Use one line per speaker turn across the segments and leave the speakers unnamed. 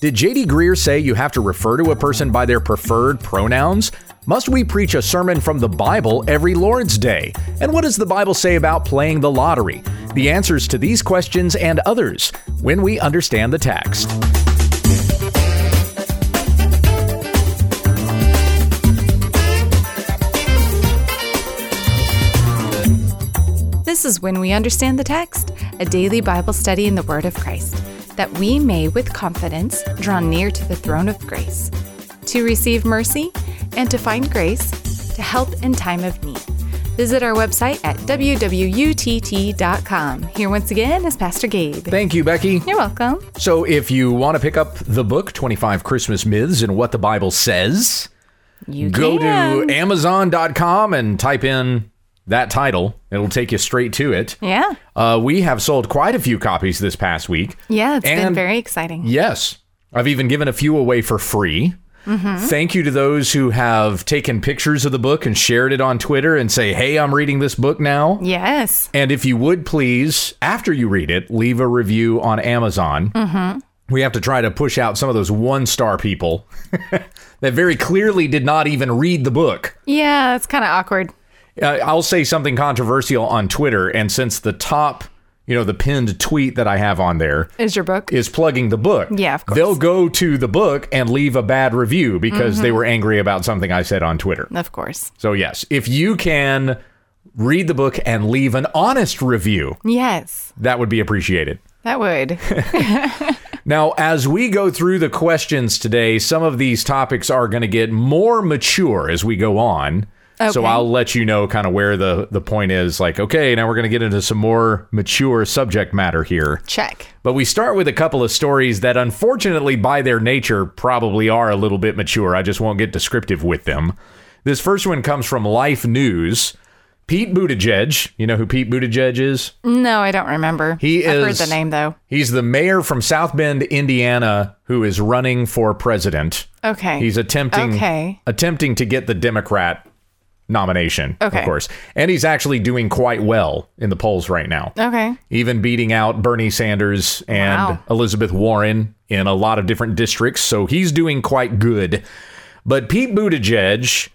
Did JD Greer say you have to refer to a person by their preferred pronouns? Must we preach a sermon from the Bible every Lord's Day? And what does the Bible say about playing the lottery? The answers to these questions and others when we understand the text.
This is When We Understand the Text, a daily Bible study in the Word of Christ, that we may with confidence draw near to the throne of grace, to receive mercy and to find grace to help in time of need. Visit our website at www.utt.com. Here once again is Pastor Gabe.
Thank you, Becky.
You're welcome.
So, if you want to pick up the book, 25 Christmas Myths and What the Bible Says,
You
go
can.
to Amazon.com and type in that title. It'll take you straight to it.
Yeah.
Uh, we have sold quite a few copies this past week.
Yeah, It's been
And-
very exciting.
Yes. I've even given a few away for free. Thank you to those who have taken pictures of the book and shared it on Twitter and say, hey, I'm reading this book now.
Yes.
And if you would please, after you read it, leave a review on Amazon. Mm-hmm. We have to try to push out some of those one star people that very clearly did not even read the book.
Yeah, it's kind of awkward.
Uh, I'll say something controversial on Twitter. And since the top, you know, the pinned tweet that I have on there
Is your book?
is plugging the book,
Yeah, of course. Mm-hmm.
they'll go to the book and leave a bad review because they were angry about something I said on Twitter.
Of course.
So, yes, if you can read the book and leave an honest review,
Yes,
that would be appreciated.
that would.
Now, as we go through the questions today, some of these topics are going to get more mature as we go on. So
Okay.
I'll let you know kind of where the, the point is like, okay, now we're going to get into some more mature subject matter here.
Check.
But we start with a couple of stories that, unfortunately, by their nature, probably are a little bit mature. I just won't get descriptive with them. This first one comes from Life News. Pete Buttigieg, you know who Pete Buttigieg is?
No, I don't remember.
He
I've heard
is-
the name though.
He's the mayor from South Bend, Indiana, who is running for president.
Okay.
He's attempting
Okay.
attempting to get the Democrat nomination,
Okay.
of course. And he's actually doing quite well in the polls right now.
Okay.
Even beating out Bernie Sanders and
Wow.
Elizabeth Warren in a lot of different districts, so he's doing quite good. But Pete Buttigieg,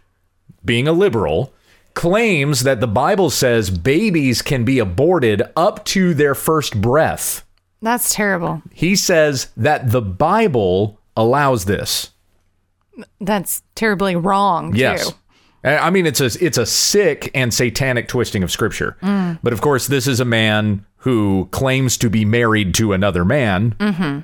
being a liberal, claims that the Bible says babies can be aborted up to their first breath.
That's terrible.
He says that the Bible allows this.
That's terribly wrong
Yes.
too.
I I mean, it's a it's a sick and satanic twisting of scripture. But of course, this is a man who claims to be married to another man,
Mm-hmm.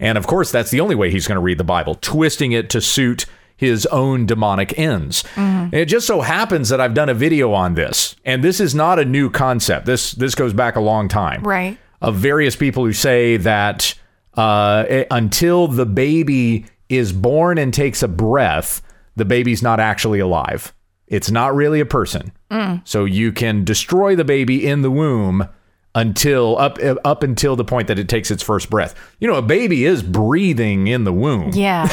and of course, that's the only way he's going to read the Bible, twisting it to suit his own demonic ends.
Mm-hmm.
And it just so happens that I've done a video on this, and this is not a new concept. This this goes back a long time
Right.
of various people who say that uh, eh, until the baby is born and takes a breath, the baby's not actually alive. It's not really a person. So you can destroy the baby in the womb until up eh, up until the point that it takes its first breath. You know, a baby is breathing in the womb.
Yeah.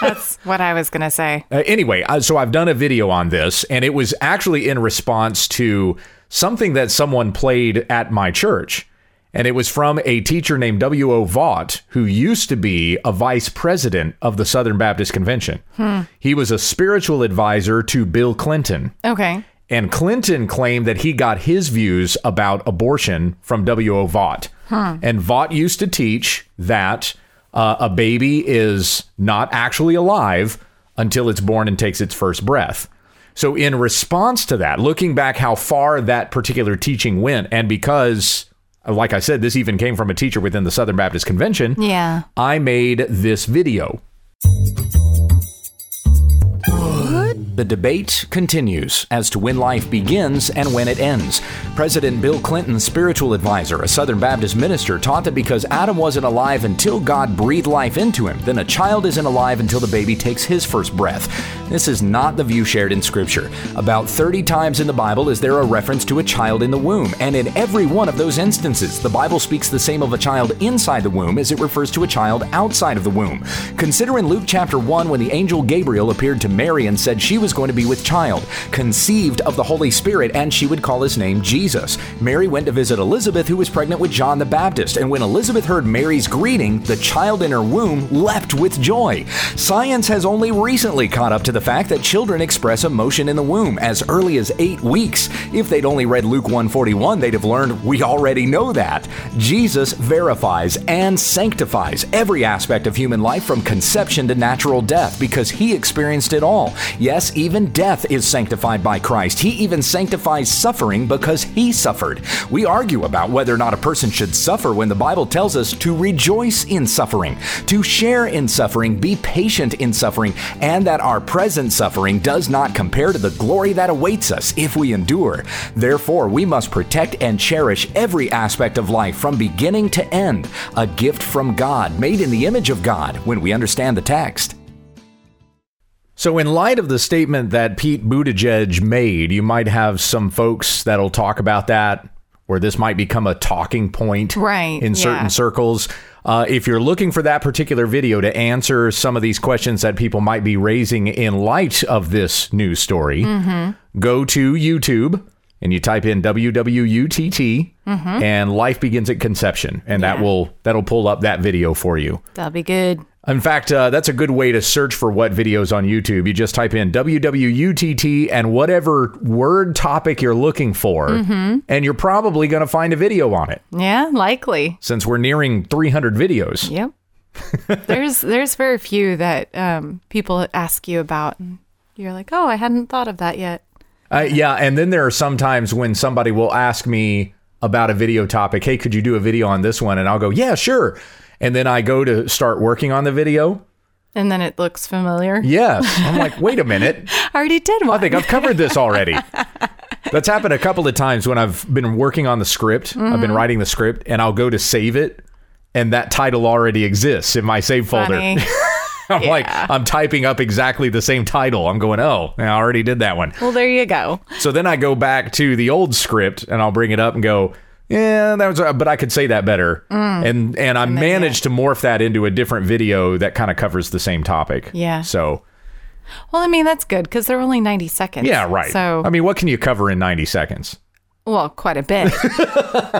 That's what I was gonna say.
Uh, anyway, uh, so I've done a video on this, and it was actually in response to something that someone played at my church. And it was from a teacher named W.O. Vaught, who used to be a vice president of the Southern Baptist Convention. He was a spiritual advisor to Bill Clinton.
Okay.
And Clinton claimed that he got his views about abortion from W.O. Vaught. And Vaught used to teach that uh, a baby is not actually alive until it's born and takes its first breath. So, in response to that, looking back how far that particular teaching went, and because, like I said, this even came from a teacher within the Southern Baptist Convention,
Yeah.
I made this video. The debate continues as to when life begins and when it ends. President Bill Clinton's spiritual advisor, a Southern Baptist minister, taught that because Adam wasn't alive until God breathed life into him, then a child isn't alive until the baby takes his first breath. This is not the view shared in Scripture. About 30 times in the Bible is there a reference to a child in the womb, and in every one of those instances, the Bible speaks the same of a child inside the womb as it refers to a child outside of the womb. Consider in Luke chapter 1 when the angel Gabriel appeared to Mary and said she was
was going to be with child, conceived of the Holy Spirit, and she would call his name Jesus. Mary went to visit Elizabeth, who was pregnant with John the Baptist, and when Elizabeth heard Mary's greeting, the child in her womb leapt with joy. Science has only recently caught up to the fact that children express emotion in the womb as early as eight weeks. If they'd only read Luke 141, they'd have learned we already know that. Jesus verifies and sanctifies every aspect of human life from conception to natural death because he experienced it all. Yes, even death is sanctified by Christ. He even sanctifies suffering because he suffered. We argue about whether or not a person should suffer when the Bible tells us to rejoice in suffering, to share in suffering, be patient in suffering, and that our present suffering does not compare to the glory that awaits us if we endure. Therefore, we must protect and cherish every aspect of life from beginning to end, a gift from God, made in the image of God, when we understand the text.
So, in light of the statement that Pete Buttigieg made, you might have some folks that'll talk about that, or this might become a talking point
Right,
in
yeah.
certain circles. Uh, if you're looking for that particular video to answer some of these questions that people might be raising in light of this news story,
Mm-hmm.
go to YouTube and you type in WWUTT and Life Begins at Conception, and that
Mm-hmm. Yeah.
will that'll pull up that video for you.
That'll be good.
In fact, uh, that's a good way to search for what videos on YouTube. You just type in WWUTT and whatever word topic you're looking for, and you're probably going to find a video on it
Yeah, likely.
since we're nearing 300 videos.
Yep. there's there's very few that um, people ask you about, and you're like, oh, I hadn't thought of that yet.
Uh, yeah, and then there are some times when somebody will ask me about a video topic. Hey, could you do a video on this one? And I'll go, yeah, sure. And then I go to start working on the video.
And then it looks familiar.
Yes. I'm like, wait a minute.
I already did one.
I think I've covered this already. That's happened a couple of times when I've been working on the script. I've
Mm-hmm.
been writing the script and I'll go to save it and that title already exists in my save folder.
Funny.
I'm like, I'm typing up exactly the same title. I'm going, oh, I already did that one.
well, there you go.
So then I go back to the old script and I'll bring it up and go, yeah, that was, but I could say that better.
Mm.
And and I managed to morph that into a different video that kind of covers the same topic.
Yeah.
So
Well, I mean that's good because they're only 90 seconds.
yeah, right.
So
I mean, what can you cover in 90 seconds?
well, quite a bit.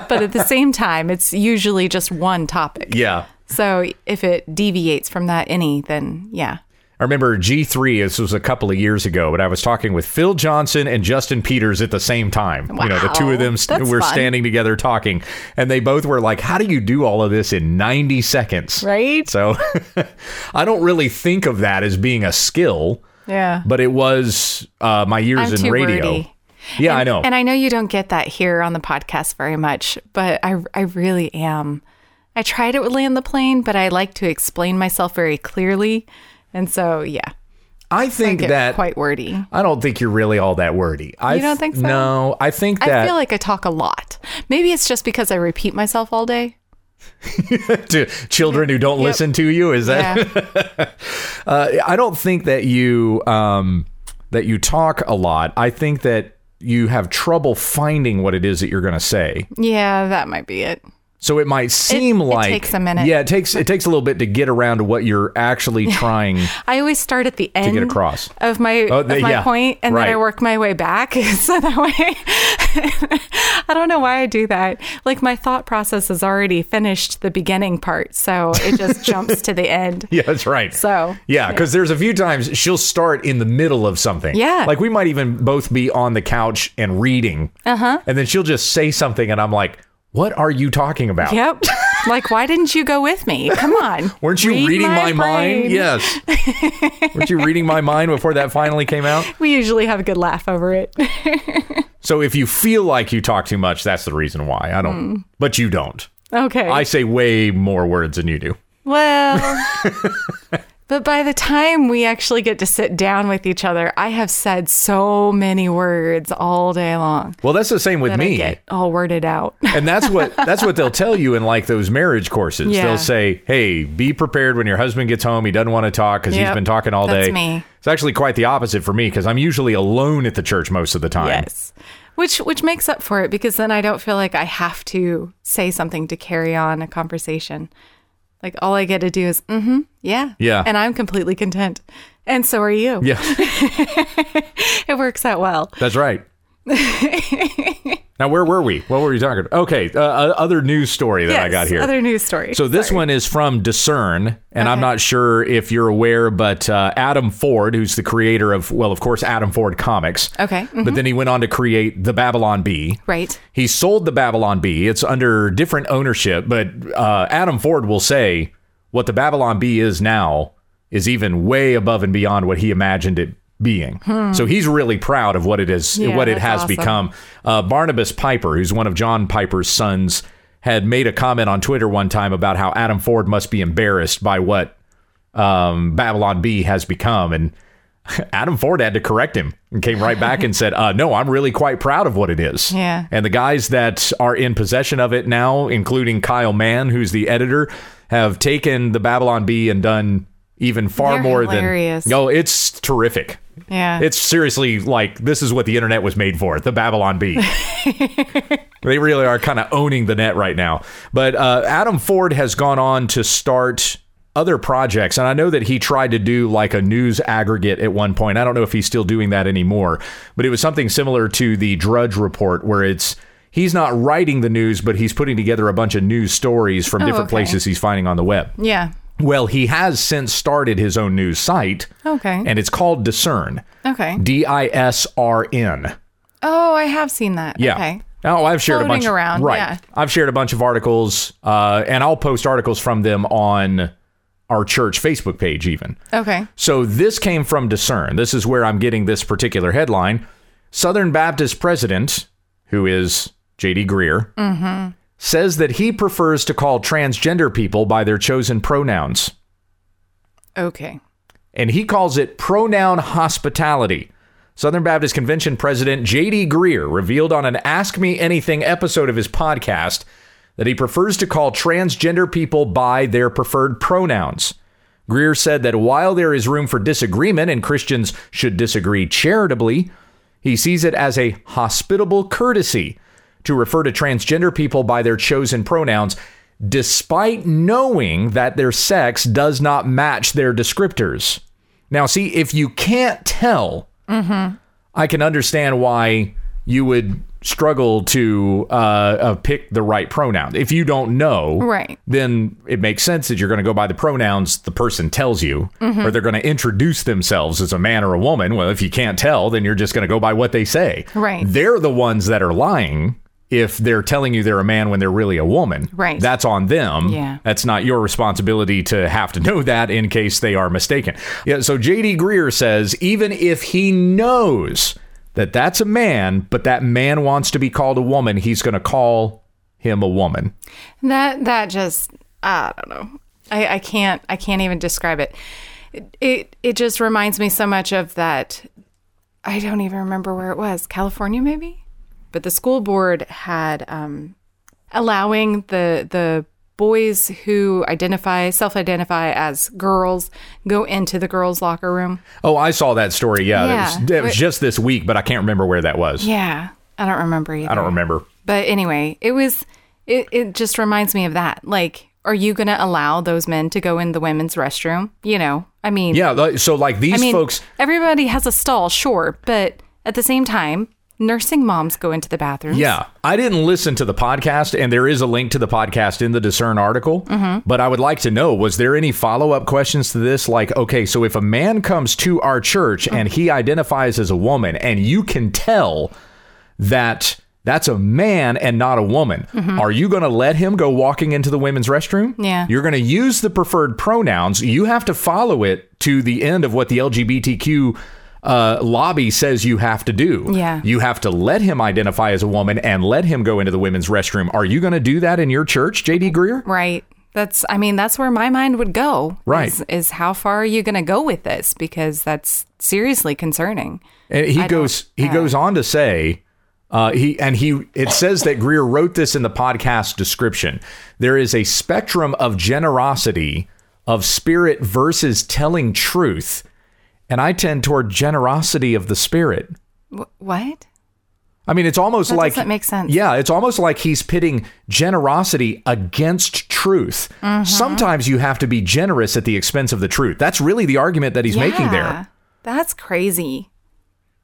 but at the same time, it's usually just one topic.
Yeah.
So if it deviates from that any, then yeah.
I remember G3, this was a couple of years ago, but I was talking with Phil Johnson and Justin Peters at the same time. You know, the two of
Wow,
them st-
that's
were
fun.
standing together talking, and they both were like, How do you do all of this in 90 seconds?
Right?
So I don't really think of that as being a skill,
Yeah.
but it was uh, my years
I'm
in
too
radio.
wordy.
Yeah,
and,
I know.
And I know you don't get that here on the podcast very much, but I, I really am. I try to land the plane, but I like to explain myself very clearly. And so, yeah,
I
I
think
get
that.
quite wordy.
I don't think you're really all that wordy. I
You don't
th-
think so?
No, I think that.
I feel like I talk a lot. Maybe it's just because I repeat myself all day.
to children who don't listen to you, is that?
Yeah.
Uh, I don't think that you um, that you talk a lot. I think that you have trouble finding what it is that you're going to say.
yeah, that might be it.
So it might seem
it
like
takes a minute.
Yeah, it takes it takes a little bit to get around to what you're actually trying.
I always start at the end
across.
of my
Oh, the-
of my
yeah,
point, and then I
right.
work my way back. So that way, I don't know why I do that. Like my thought process is already finished the beginning part, so it just jumps to the end.
Yeah, that's right.
So
yeah, because there's a few times she'll start in the middle of something.
Yeah.
Like we might even both be on the couch and reading. Uh
Uh-huh.
huh. And then she'll just say something, and I'm like, what are you talking about?
yep. Like, why didn't you go with me? Come on.
Weren't you
Read
reading my, mind?
brain.
Yes. Weren't you reading my mind before that finally came out?
We usually have a good laugh over it.
So if you feel like you talk too much, that's the reason why. I
Hmm.
don't, but you don't.
okay.
I say way more words than you do.
Well, but by the time we actually get to sit down with each other, I have said so many words all day long.
Well, that's the same with
that I
me.
get all worded out.
And that's what that's what they'll tell you in like those marriage courses.
Yeah.
They'll say, "Hey, be prepared when your husband gets home. He doesn't want to talk because he's
Yep.
been talking all
That's
day."
me.
It's actually quite the opposite for me because I'm usually alone at the church most of the time.
Yes. Which which makes up for it because then I don't feel like I have to say something to carry on a conversation. Like all I get to do is, mm hmm, yeah.
Yeah.
And I'm completely content. And so are you.
Yeah,
It works out well.
that's right. now, where were we? What were we talking about? Okay, uh, uh, other news story that I
Yes,
got here.
Other news story.
So this one is from Discern, and I'm not sure if you're aware, but uh, Adam Ford, who's the creator of, well, of course, Adam Ford Comics.
Okay. Mm-hmm.
But then he went on to create the Babylon Bee.
Right.
He sold the Babylon Bee. It's under different ownership, but uh, Adam Ford will say what the Babylon Bee is now is even way above and beyond what he imagined it being. So he's really proud of what it is,
Hmm. Yeah,
what it
that's
has
awesome.
become. Uh, Barnabas Piper, who's one of John Piper's sons, had made a comment on Twitter one time about how Adam Ford must be embarrassed by what um, Babylon B has become, and Adam Ford had to correct him and came right back and said, uh, "No, I'm really quite proud of what it is."
Yeah.
And the guys that are in possession of it now, including Kyle Mann, who's the editor, have taken the Babylon Bee and done even far
They're
more
hilarious.
than. No, it's terrific.
Yeah.
It's seriously like this is what the internet was made for the Babylon Bee. they really are kind of owning the net right now. But uh, Adam Ford has gone on to start other projects. And I know that he tried to do like a news aggregate at one point. I don't know if he's still doing that anymore, but it was something similar to the Drudge Report, where it's. He's not writing the news, but he's putting together a bunch of news stories from different
okay.
places he's finding on the web.
yeah.
Well, he has since started his own news site,
Okay.
and it's called Discern.
okay.
D I S R N.
Oh, I have seen that.
Yeah.
Okay.
Oh, I've shared a
Floating
bunch.
around,
right.
yeah.
I've shared a bunch of articles, uh, and I'll post articles from them on our church Facebook page, even.
Okay.
So this came from Discern. This is where I'm getting this particular headline. Southern Baptist president, who is J.D. Greer,
Mm-hmm.
says that he prefers to call transgender people by their chosen pronouns,
Okay.
and he calls it pronoun hospitality. Southern Baptist Convention President J.D. Greer revealed on an Ask Me Anything episode of his podcast that he prefers to call transgender people by their preferred pronouns. Greer said that while there is room for disagreement and Christians should disagree charitably, he sees it as a hospitable courtesy to refer to transgender people by their chosen pronouns, despite knowing that their sex does not match their descriptors. Now, see, if you can't tell, I can understand why you would struggle to uh, uh, pick the right pronoun. If you don't know,
Right.
then it makes sense that you're going to go by the pronouns the person tells you,
Mm-hmm.
or they're going to introduce themselves as a man or a woman. Well, if you can't tell, then you're just going to go by what they say.
Right.
They're the ones that are lying if they're telling you they're a man when they're really a woman.
Right.
That's on them.
Yeah.
That's not your responsibility to have to know that in case they are mistaken. Yeah, so JD Greer says even if he knows that that's a man, but that man wants to be called a woman, he's going to call him a woman.
That that just I don't know. I, I can't I can't even describe it. it. It it just reminds me so much of that. I don't even remember where it was. California maybe, but the school board had um, allowing the the boys who identify self-identify as girls go into the girls' locker room.
Oh, I saw that story. Yeah, It, was,
Yeah.
it was just this week, but I can't remember where that was.
Yeah, I don't remember either.
I don't remember.
But anyway, it was it, it just reminds me of that. Like, are you gonna allow those men to go in the women's restroom? You know, I mean
Yeah, like- so like these
I mean
folks,
everybody has a stall, sure, but at the same time, nursing moms go into the bathrooms.
Yeah, I didn't listen to the podcast, and there is a link to the podcast in the Discern article.
Mm-hmm.
But I would like to know: was there any follow up questions to this? Like, okay, so if a man comes to our church
Mm-hmm.
and he identifies as a woman, and you can tell that that's a man and not a woman, are you going to let him go walking into the women's restroom?
Mm-hmm. Yeah.
you're going to use the preferred pronouns. You have to follow it to the end of what the LGBTQ. Uh, lobby says you have to do.
Yeah.
You have to let him identify as a woman and let him go into the women's restroom. Are you going to do that in your church, JD Greer?
Right. That's I mean, that's where my mind would go.
Right.
Is, is how far are you gonna go with this? Because that's seriously concerning.
And Uh, he goes he goes on to say uh, he and he it says that Greer wrote this in the podcast description. There is a spectrum of generosity of spirit versus telling truth, and I tend toward generosity of the spirit.
Wh- what?
I mean, it's almost
That
like
doesn't make sense.
Yeah, it's almost like he's pitting generosity against truth. Sometimes you have to be generous at the expense of the truth. That's really the argument that he's making
Yeah.
there.
That's crazy.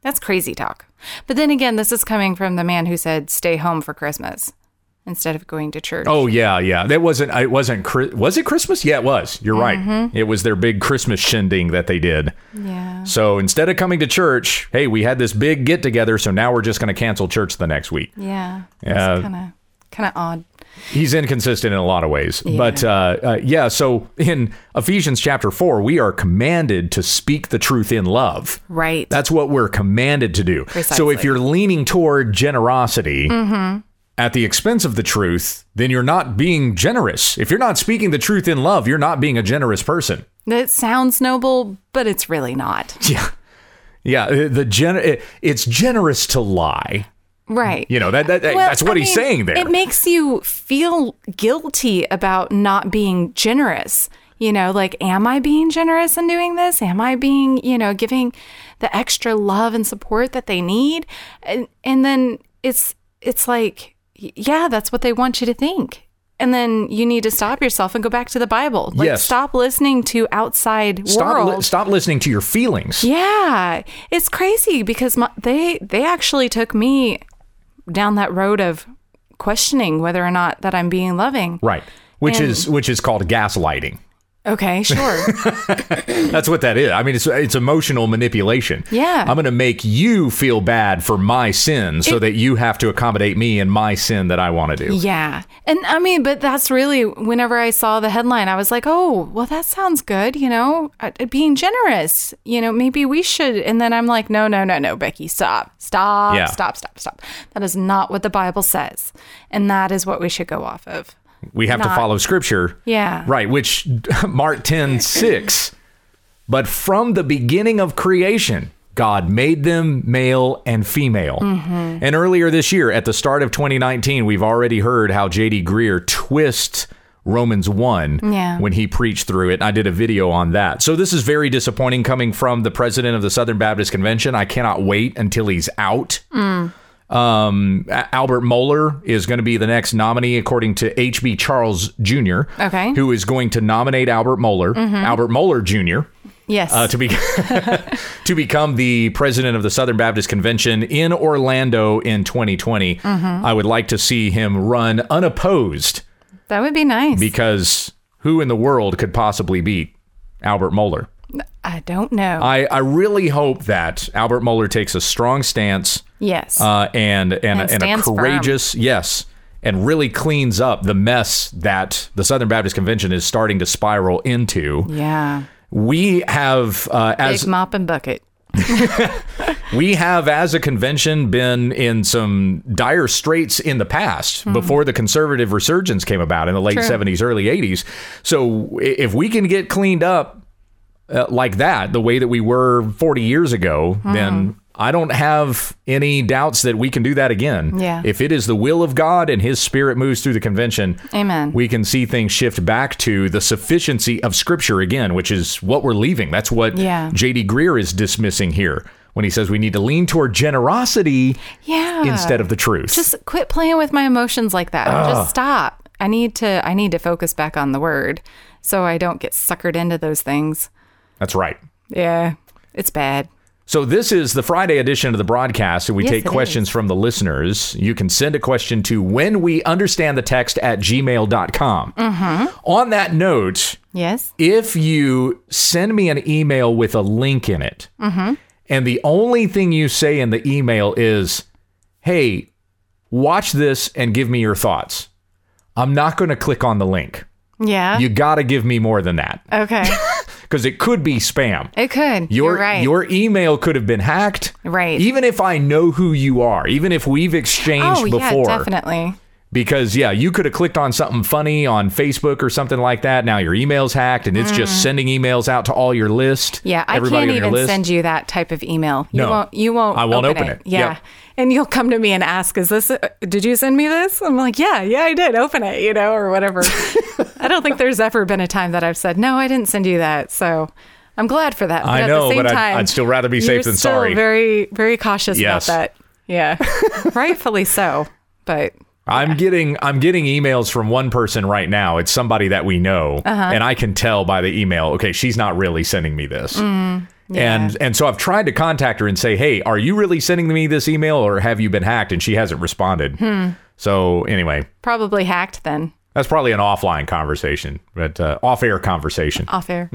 That's crazy talk. But then again, this is coming from the man who said stay home for Christmas instead of going to church.
Oh yeah, yeah. That wasn't. It wasn't. Chri- Was it Christmas? Yeah, it was. You're right. It was their big Christmas shindig that they did.
Yeah.
So instead of coming to church, hey, we had this big get together, so now we're just going to cancel church the next week.
Yeah.
Yeah.
Kind of kind of odd.
He's inconsistent in a lot of ways. But uh, uh, yeah, so in Ephesians chapter 4, we are commanded to speak the truth in love.
Right.
That's what we're commanded to do. So
Precisely.
if you're leaning toward generosity at the expense of the truth, then you're not being generous. If you're not speaking the truth in love, you're not being a generous person.
that sounds noble, but it's really not.
Yeah. Yeah, uh, the gen- it- it's generous to lie.
Right.
You know, that, that, that-
Well,
that's what
I
he's
mean,
saying there.
It makes you feel guilty about not being generous. You know, like, am I being generous in doing this? Am I being, you know, giving the extra love and support that they need? And and then it's it's like, y- yeah, that's what they want you to think. And then you need to stop yourself and go back to the Bible. Like,
Yes.
stop listening to outside
stop,
world.
li- stop listening to your feelings.
Yeah, it's crazy because my, they they actually took me down that road of questioning whether or not that I'm being loving.
Right. Which
And-
is which is called gaslighting.
Okay, sure.
That's what that is. I mean, it's it's emotional manipulation.
Yeah.
I'm going to make you feel bad for my sin, so that you have to accommodate me in my sin that I want to do.
yeah. And I mean, but that's really whenever I saw the headline, I was like, "Oh, well that sounds good, you know, uh, uh, being generous. You know, maybe we should." And then I'm like, "No, no, no, no, Becky, stop. Stop.
Yeah.
Stop, stop, stop. That is not what the Bible says. And that is what we should go off of."
We have to
Not-
follow Scripture.
Yeah.
Right. Which Mark ten six. But from the beginning of creation, God made them male and female.
Mm-hmm.
And earlier this year, at the start of 2019, we've already heard how J.D. Greer twists Romans 1
Yeah.
when he preached through it. I did a video on that. So this is very disappointing coming from the president of the Southern Baptist Convention. I cannot wait until he's out. Um, A- Albert Moeller is going to be the next nominee, according to H.B. Charles Jr.,
Okay.
who is going to nominate Albert Moeller, Albert Moeller Jr.,
Yes.
uh, to be to become the president of the Southern Baptist Convention in Orlando in 2020. I would like to see him run unopposed
that would be nice.
because who in the world could possibly beat Albert Moeller?
I don't know.
I, I really hope that Albert Moeller takes a strong stance
Yes.
uh, and and,
And
and, a
stands firm.
courageous yes, and really cleans up the mess that the Southern Baptist Convention is starting to spiral into.
yeah.
We have uh,
Big
as
mop and bucket.
we have as a convention been in some dire straits in the past before the conservative resurgence came about in the late
Hmm. True.
70s early 80s so i- if we can get cleaned up uh, like that the way that we were 40 years ago
Hmm.
then I don't have any doubts that we can do that again.
Yeah.
If it is the will of God and His Spirit moves through the convention,
Amen.
we can see things shift back to the sufficiency of Scripture again, which is what we're leaving. That's what
Yeah.
J.D. Greer is dismissing here when he says we need to lean toward generosity
yeah.
instead Ah. of the truth.
just quit playing with my emotions like that. Just stop. I need to I need to focus back on the word so I don't get suckered into those things.
That's right.
Yeah. It's bad.
So this is the Friday edition of the broadcast, and we
Yes,
take
it
questions from the listeners. You can send a question to when we understand the text at gmail.com.
Mm-hmm.
On that note,
Yes.
if you send me an email with a link in it,
Mm-hmm.
and the only thing you say in the email is, hey, watch this and give me your thoughts, I'm not going to click on the link.
Yeah.
You got to give me more than that
okay.
because it could be spam.
It could.
Your,
You're right.
your email could have been hacked.
Right.
Even if I know who you are, even if we've exchanged
oh yeah,
before.
definitely.
Because, yeah, you could have clicked on something funny on Facebook or something like that. Now your email's hacked and it's just sending emails out to all your list.
Mm. Yeah, I
everybody
can't
on your
even
list.
send you that type of email. You
No.
won't. You won't.
I won't open it.
Yeah,
Yep.
and you'll come to me and ask, "Is this? uh, Did you send me this?" I'm like, "Yeah, yeah, I did. Open it, you know, or whatever." I don't think there's ever been a time that I've said, "No, I didn't send you that." So I'm glad for that. But
I
at
know,
the same
but I'd-
time,
I'd still rather be
you're
safe than
still
sorry.
Very, very cautious
Yes.
about that. Yeah, rightfully so. But
I'm getting I'm getting emails from one person right now. It's somebody that we know,
Uh-huh.
and I can tell by the email. Okay, she's not really sending me this.
Mm,
And and so I've tried to contact her and say, "Hey, are you really sending me this email, or have you been hacked?" And she hasn't responded.
Hmm.
So anyway,
Probably hacked then.
that's probably an offline conversation, but uh, off-air conversation.
Off air.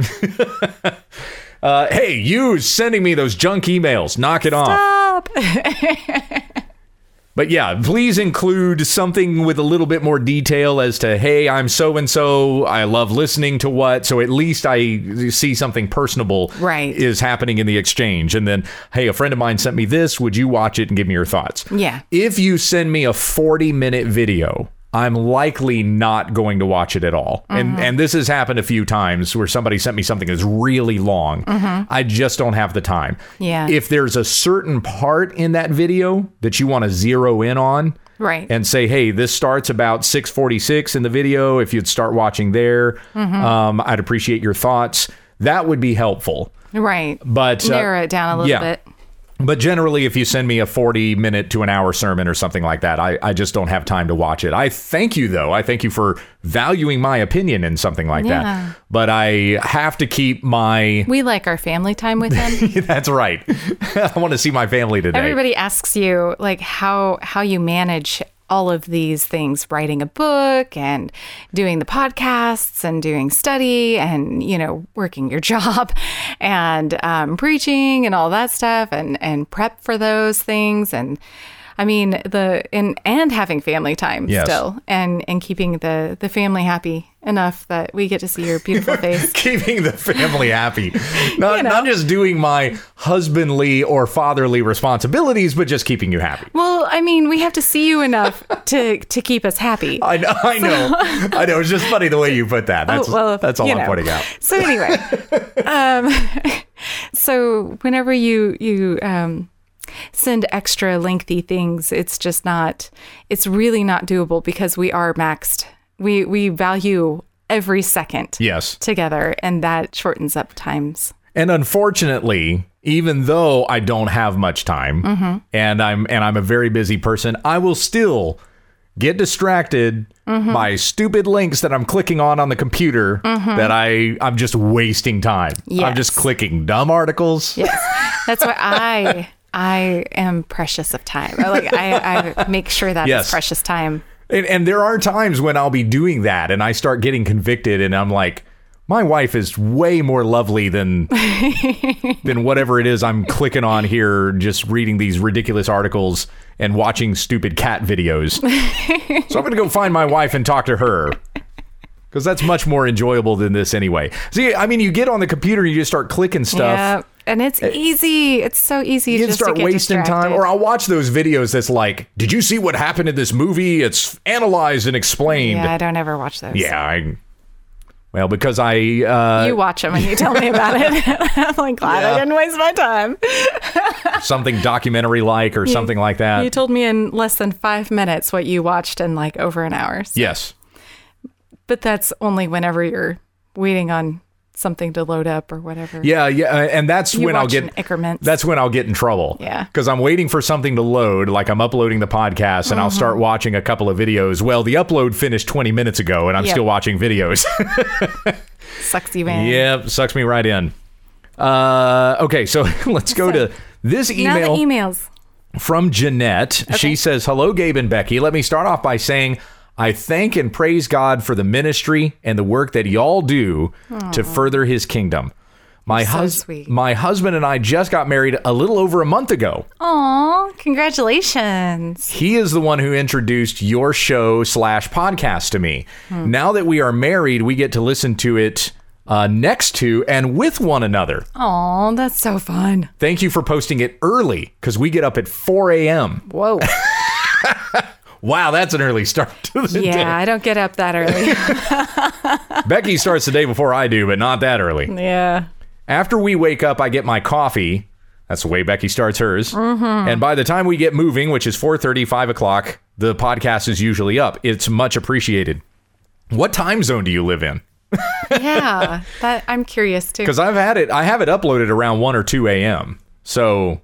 Uh, hey, you sending me those junk emails? Knock it off.
Stop.
But yeah, please include something with a little bit more detail as to, hey, I'm so and so. I love listening to what. So at least I see something personable
Right.
is happening in the exchange. And then, hey, a friend of mine sent me this. Would you watch it and give me your thoughts?
Yeah.
If you send me a 40 minute video, I'm likely not going to watch it at all.
Mm-hmm.
And and this has happened a few times where somebody sent me something that's really long. I just don't have the time.
Mm-hmm. Yeah.
If there's a certain part in that video that you want to zero in on
Right.
and say, "Hey, this starts about 6:46 in the video. If you'd start watching there,
Mm-hmm.
um, I'd appreciate your thoughts." That would be helpful.
right.
But uh,
Narrow it down a little
yeah.
bit.
But generally, if you send me a 40 minute to an hour sermon or something like that, I, I just don't have time to watch it. I thank you, though. I thank you for valuing my opinion in something like
Yeah.
that. But I have to keep my.
We like our family time with them.
That's right. I want to see my family today.
Everybody asks you like how how you manage all of these things, writing a book and doing the podcasts and doing study and you know working your job and um, preaching and all that stuff and and prep for those things and I mean the and and having family time
Yes.
still and and keeping the the family happy enough that we get to see your beautiful face.
Keeping the family happy. Not,
You know.
not just doing my husbandly or fatherly responsibilities, but just keeping you happy.
Well, I mean, we have to see you enough to to keep us happy.
I know. I know. I know. It's just funny the way you put that. That's,
Oh, well,
that's all
you
I'm
know.
pointing out.
So anyway, um, so whenever you you um, send extra lengthy things, it's just not. It's really not doable because we are maxed. We we value every second
Yes.
together, and that shortens up times.
And unfortunately, even though I don't have much time
Mm-hmm.
and I'm and I'm a very busy person, I will still get distracted
Mm-hmm.
by stupid links that I'm clicking on on the computer that I I'm just wasting time. I'm
Mm-hmm. Yes.
just clicking dumb articles.
Yes, that's why I. I am precious of time. I Like I, I make sure that
Yes.
it's precious time.
And, and there are times when I'll be doing that and I start getting convicted and I'm like, my wife is way more lovely than than whatever it is I'm clicking on here, just reading these ridiculous articles and watching stupid cat videos. so I'm gonna go find my wife and talk to her. Because that's much more enjoyable than this anyway. See, I mean, you get on the computer and you just start clicking stuff
Yeah, and it's easy. It's so easy
Eh. you can
just
start
to get
wasting time.
distracted.
Or I'll watch those videos that's like, did you see what happened in this movie? It's analyzed and explained.
Yeah,
Yeah,
I don't ever watch those.
I. Well, because I. Uh,
You watch them and you tell me about it. I'm like, glad
Yeah.
I didn't waste my time.
uh, something documentary like or something like that.
You told me in less than five minutes what you watched in like over an hour.
yes.
But that's only whenever you're waiting on something to load up or whatever.
Yeah, yeah, uh, and that's
You
when I'll
watch
get
in increments.
That's when I'll get in trouble.
Yeah.
because I'm waiting for something to load. Like I'm uploading the podcast, and
Uh-huh.
I'll start watching a couple of videos. Well, the upload finished 20 minutes ago, and I'm
Yep.
still watching videos.
Sucks you in.
yep, sucks me right in. Uh, okay, so let's go to this
Now the emails.
from Jeanette. She says, Hello, Gabe and Becky. Let me start off by saying, I thank and praise God for the ministry and the work that y'all do to further his kingdom. My, hus-
sweet.
my husband and I just got married a little over a month ago.
Aw, congratulations.
He is the one who introduced your show slash podcast to me.
Hmm.
Now that we are married, we get to listen to it uh, next to and with one another.
Aw, that's so fun.
Thank you for posting it early because we get up at 4 a.m.
Whoa.
Wow, that's an early start to the day.
yeah, I don't get up that early.
Becky starts the day before I do, but not that early.
yeah.
After we wake up, I get my coffee. That's the way Becky starts hers. Mm-hmm. And by the time we get moving, which is 4.30, 5 o'clock, the podcast is usually up. It's much appreciated. What time zone do you live in?
Yeah. That I'm curious too.
Because I've Hmm. had it, I have it uploaded around 1 or 2 a.m. So,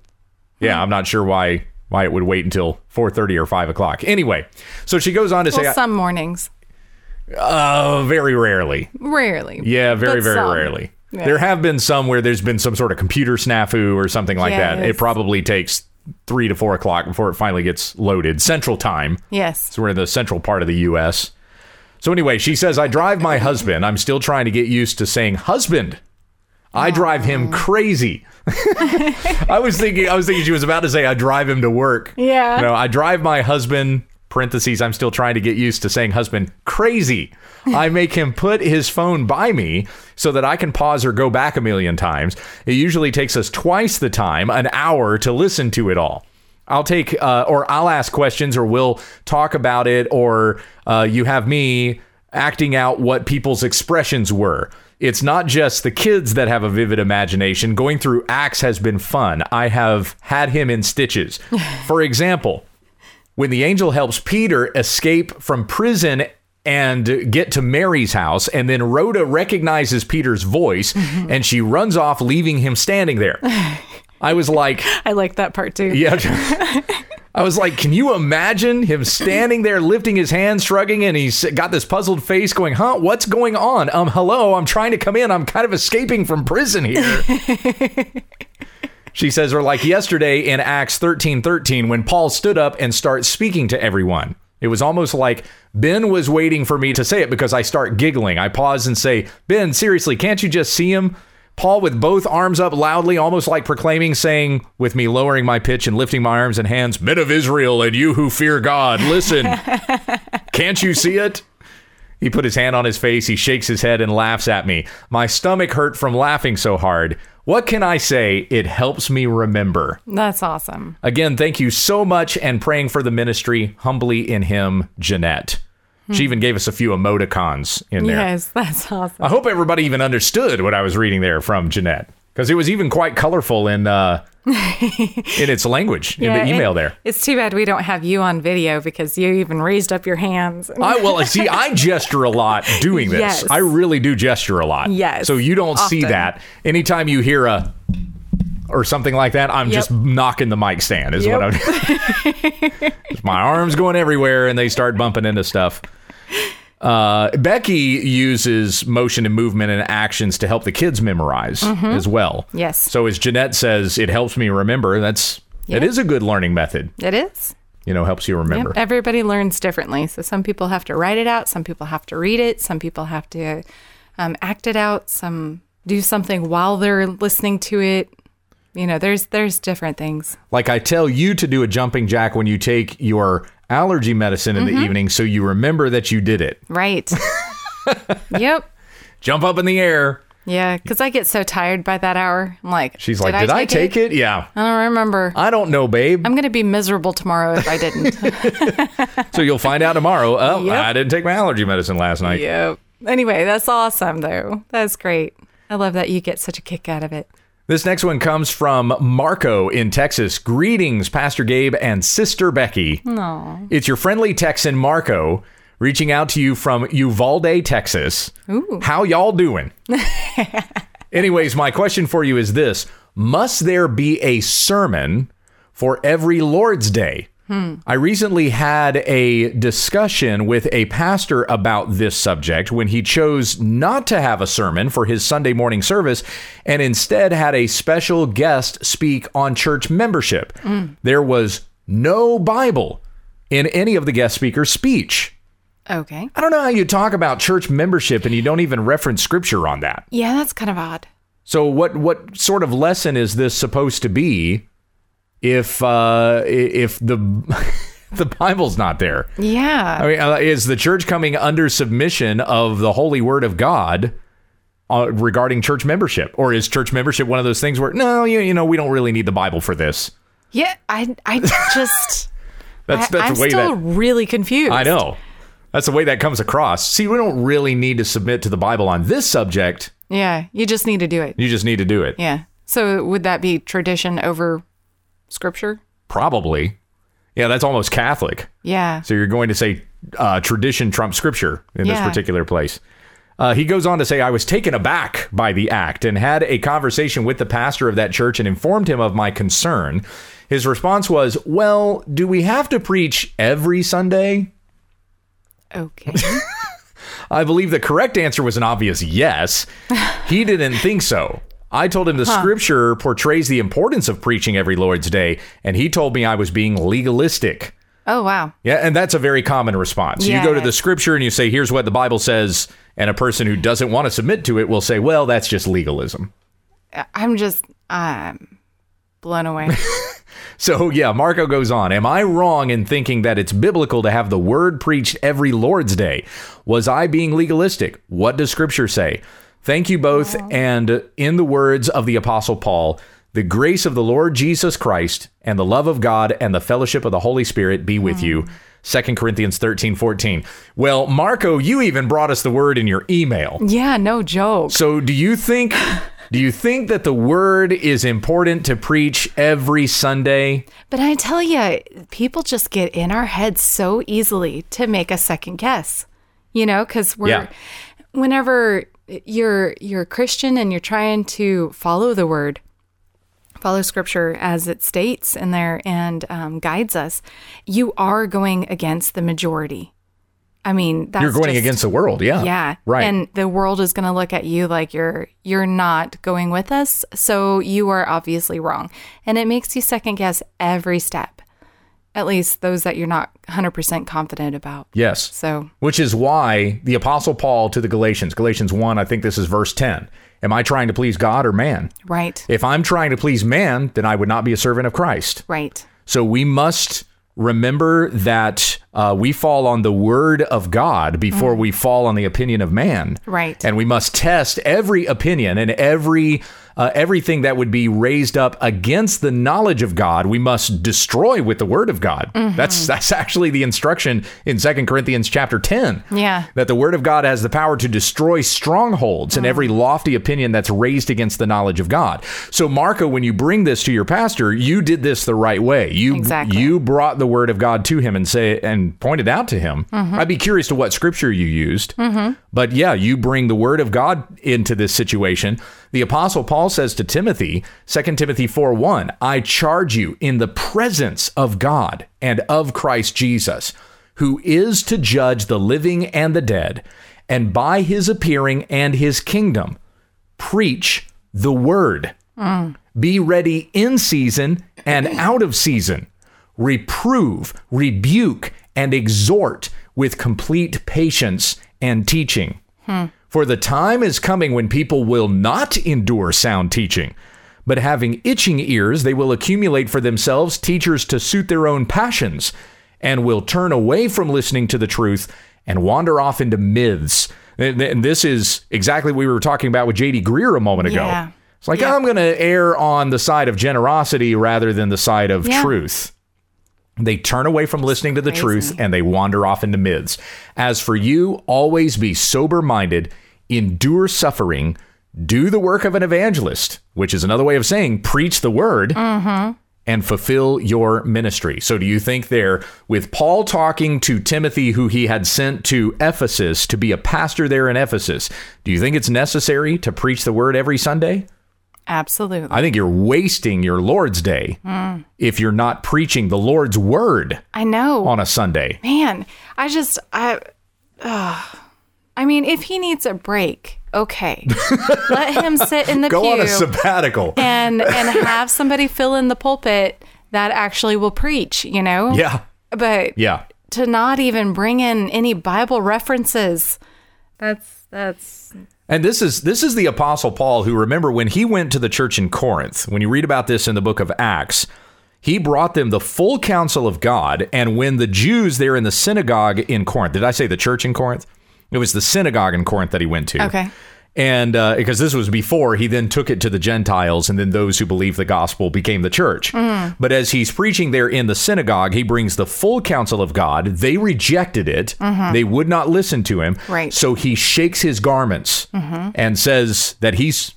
yeah, I'm not sure why why it would wait until 4.30 or 5 o'clock. Anyway, so she goes on to
Well,
say,
some mornings,
uh, very rarely.
rarely.
Yeah, very,
but
very
some.
rarely.
Yeah.
There have been some where there's been some sort of computer snafu or something like that.
Yes.
It probably takes three to four o'clock before it finally gets loaded. Central time.
Yes.
So we're in the central part of the U.S. So anyway, she says, I drive my husband. I'm still trying to get used to saying husband. I drive him crazy. I was thinking I was thinking she was about to say I drive him to work.
Yeah.
No, I drive my husband parentheses I'm still trying to get used to saying husband crazy. I make him put his phone by me so that I can pause or go back a million times. It usually takes us twice the time, an hour to listen to it all. I'll take uh, or I'll ask questions or we'll talk about it or uh, you have me acting out what people's expressions were. It's not just the kids that have a vivid imagination. Going through acts has been fun. I have had him in stitches. For example, when the angel helps Peter escape from prison and get to Mary's house, and then Rhoda recognizes Peter's voice and she runs off, leaving him standing there. I was like,
I like that part too.
yeah. I was like, can you imagine him standing there, lifting his hands, shrugging, and he's got this puzzled face going, huh, what's going on? Um, hello, I'm trying to come in. I'm kind of escaping from prison here. she says, or like yesterday in Acts thirteen thirteen, when Paul stood up and starts speaking to everyone. It was almost like Ben was waiting for me to say it because I start giggling. I pause and say, Ben, seriously, can't you just see him? Paul, with both arms up loudly, almost like proclaiming, saying, with me lowering my pitch and lifting my arms and hands, Men of Israel and you who fear God, listen. Can't you see it? He put his hand on his face, he shakes his head and laughs at me. My stomach hurt from laughing so hard. What can I say? It helps me remember.
That's awesome.
Again, thank you so much and praying for the ministry humbly in him, Jeanette. She even gave us a few emoticons in there.
Yes, that's awesome.
I hope everybody even understood what I was reading there from Jeanette because it was even quite colorful in uh, in its language in the email
it-
there.
It's too bad we don't have you on video because you even raised up your hands.
I well see I gesture a lot doing this.
Yes.
I really do gesture a lot.
Yes,
So you don't see
often.
that. Anytime you hear a or something like that, I'm
Yep.
just knocking the mic stand is what
Yep.
I'm my arms going everywhere and they start bumping into stuff. Uh, Becky uses motion and movement and actions to help the kids memorize as well.
Mm-hmm. Yes.
So as Jeanette says, it helps me remember. That's
Yep.
it is a good learning method.
It is.
You know, helps you remember.
Yep, everybody learns differently. So some people have to write it out, some people have to read it, some people have to um, act it out, some do something while they're listening to it. You know, there's there's different things.
Like I tell you to do a jumping jack when you take your allergy medicine in the evening so you remember that you did it.
Right. yep.
Jump up in the air.
Yeah, because I get so tired by that hour. I'm like,
She's like, Did I, take, it? Uh-huh. Yeah.
I don't remember.
I don't know, babe.
I'm gonna be miserable tomorrow if I didn't.
so you'll find out tomorrow. Oh,
Yep.
I didn't take my allergy medicine last night.
yep. Anyway, that's awesome though. That's great. I love that you get such a kick out of it.
This next one comes from Marco in Texas. Greetings, Pastor Gabe and Sister Becky.
No.
It's your friendly Texan Marco reaching out to you from Uvalde, Texas. How y'all doing? Anyways, my question for you is this Must there be a sermon for every Lord's Day? I recently had a discussion with a pastor about this subject when he chose not to have a sermon for his Sunday morning service and instead had a special guest speak on church membership. There was no Bible in any of the guest speaker's speech.
Okay.
I don't know how you talk about church membership and you don't even reference scripture on that.
Yeah, that's kind of odd.
So what what sort of lesson is this supposed to be if uh, i- if the the Bible's not there?
Yeah.
I mean, uh, is the church coming under submission of the holy word of God uh, regarding church membership, or is church membership one of those things where no, you, you know, we don't really need the Bible for this?
Yeah, I I just
That's
I,
that's
am
the way that
still really confused.
I know. That's the way that comes across. See, we don't really need to submit to the Bible on this subject.
Yeah, you just need to do it.
You just need to do it.
Yeah. So would that be tradition over scripture?
Probably. Yeah, that's almost Catholic.
Yeah.
So you're going to say uh, tradition trumps scripture in this
Yeah.
particular place. Uh, he goes on to say, I was taken aback by the act and had a conversation with the pastor of that church and informed him of my concern. His response was, Well, do we have to preach every Sunday?
Okay.
I believe the correct answer was an obvious yes. He didn't think so. I told him the scripture portrays the importance of preaching every Lord's day, and he told me I was being legalistic.
Oh, wow.
Yeah, and that's a very common response.
Yeah,
you go to
it
the
is.
scripture and you say, here's what the Bible says, and a person who doesn't want to submit to it will say, well, that's just legalism.
I- I'm just um, blown away.
So, yeah, Marco goes on. Am I wrong in thinking that it's biblical to have the word preached every Lord's day? Was I being legalistic? What does scripture say? Thank you both. And in the words of the Apostle Paul, the grace of the Lord Jesus Christ and the love of God and the fellowship of the Holy Spirit be with you. 2 Corinthians 13, 14. Well, Marco, you even brought us the word in your email.
yeah, no joke.
So do you think do you think that the word is important to preach every Sunday?
But I tell you, people just get in our heads so easily to make a second guess, you know, because we're
Yeah.
whenever you're you're a Christian and you're trying to follow the word, follow Scripture as it states in there and um, guides us, you are going against the majority. I mean, that's
You're going
just-
against the world, yeah.
yeah.
Uh, Right.
And the world is going to look at you like you're you're not going with us, so you are obviously wrong. And it makes you second guess every step. At least those that you're not 100% confident about.
yes.
So,
Which is why the apostle Paul to the Galatians, Galatians 1, I think this is verse 10. Am I trying to please God or man?
right.
If I'm trying to please man, then I would not be a servant of Christ.
Right.
So we must remember that uh, we fall on the word of God
Mm.
before we fall on the opinion of man.
Right.
And we must test every opinion and every uh, everything that would be raised up against the knowledge of God. We must destroy with the word of God.
Mm-hmm.
That's that's actually the instruction in 2 Corinthians chapter 10.
Yeah.
That the word of God has the power to destroy strongholds
Mm.
and every lofty opinion that's raised against the knowledge of God. So, Marco, when you bring this to your pastor, you did this the right way. You
Exactly.
you brought the word of God to him and say and pointed out to him. I'd be curious to what scripture you used, but yeah, you bring the word of God into this situation. The apostle Paul says to Timothy, 2 Timothy four one, I charge you in the presence of God and of Christ Jesus who is to judge the living and the dead, and by his appearing and his kingdom, preach the word. Be ready in season and out of season. Reprove, rebuke, and exhort with complete patience and teaching. For the time is coming when people will not endure sound teaching, but having itching ears, they will accumulate for themselves teachers to suit their own passions, and will turn away from listening to the truth and wander off into myths. And and this is exactly what we were talking about with J.D. Greer a moment ago.
Yeah.
It's like, I'm going to err on the side of generosity rather than the side of
Yeah.
truth. They turn away from listening to the truth and they wander off into myths. As for you, always be sober minded, endure suffering, do the work of an evangelist, which is another way of saying preach the word.
Mm-hmm.
And fulfill your ministry. So, do you think there, with Paul talking to Timothy, who he had sent to Ephesus to be a pastor there in Ephesus, do you think it's necessary to preach the word every Sunday?
Absolutely.
I think you're wasting your Lord's day if you're not preaching the Lord's word
I know.
on a Sunday.
Man, I just I ugh. I mean, if he needs a break, okay. Let him sit in the
Go
pew.
on a sabbatical.
and and have somebody fill in the pulpit that actually will preach, you know?
yeah.
But
Yeah.
to not even bring in any Bible references. That's that's
And this is this is the apostle Paul who remember when he went to the church in Corinth, when you read about this in the book of Acts, he brought them the full counsel of God and when the Jews there in the synagogue in Corinth, did I say the church in Corinth? It was the synagogue in Corinth that he went to.
okay.
And uh, because this was before, he then took it to the Gentiles, and then those who believed the gospel became the church. But as he's preaching there in the synagogue, he brings the full counsel of God. They rejected it, they would not listen to him.
Right.
So he shakes his garments and says that he's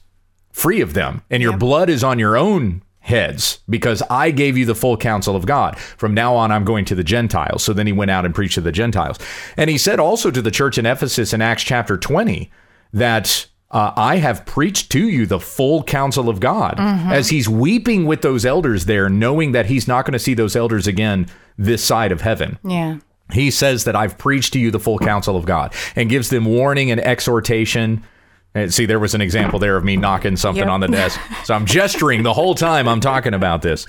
free of them, and your blood is on your own heads because I gave you the full counsel of God. From now on, I'm going to the Gentiles. So then he went out and preached to the Gentiles. And he said also to the church in Ephesus in Acts chapter 20 that uh, I have preached to you the full counsel of God. As he's weeping with those elders there, knowing that he's not going to see those elders again this side of heaven.
Yeah.
He says that I've preached to you the full counsel of God and gives them warning and exhortation. And see, there was an example there of me knocking something
Yep.
on the desk. So I'm gesturing the whole time I'm talking about this.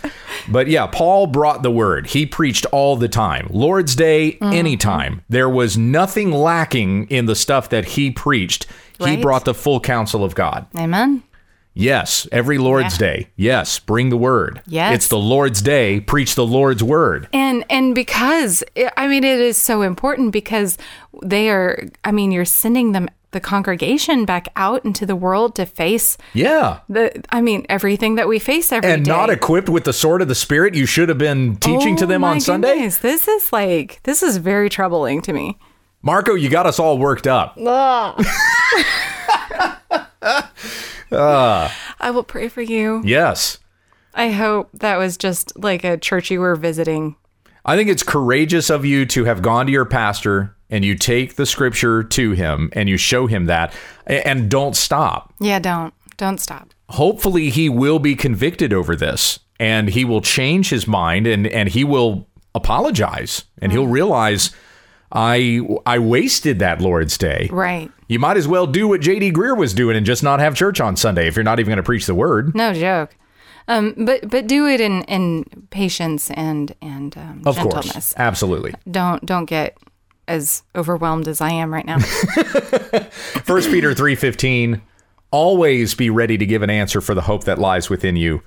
But yeah, Paul brought the word. He preached all the time. Lord's Day,
Mm-hmm.
anytime. There was nothing lacking in the stuff that he preached.
Right.
He brought the full counsel of God.
Amen.
Yes, every Lord's Day. Yes, bring the word.
Yes.
It's the Lord's Day. Preach the Lord's word.
And and because I mean it is so important because they are I mean you're sending them the congregation back out into the world to face
Yeah.
the I mean everything that we face every day
and not equipped with the sword of the spirit you should have been teaching to
Oh
them on
my
Sunday.
goodness, This is like this is very troubling to me.
Marco, you got us all worked up.
I will pray for you.
Yes.
I hope that was just like a church you were visiting.
I think it's courageous of you to have gone to your pastor and you take the scripture to him and you show him that a- and don't stop.
Yeah, don't don't stop.
Hopefully he will be convicted over this and he will change his mind and and he will apologize and
Mm.
he'll realize I I wasted that Lord's day.
Right.
You might as well do what JD Greer was doing and just not have church on Sunday if you're not even going to preach the word.
No joke. Um, but but do it in in patience and and um,
Of
gentleness.
course. Absolutely.
Don't don't get as overwhelmed as I am right now.
First Peter 3:15 Always be ready to give an answer for the hope that lies within you.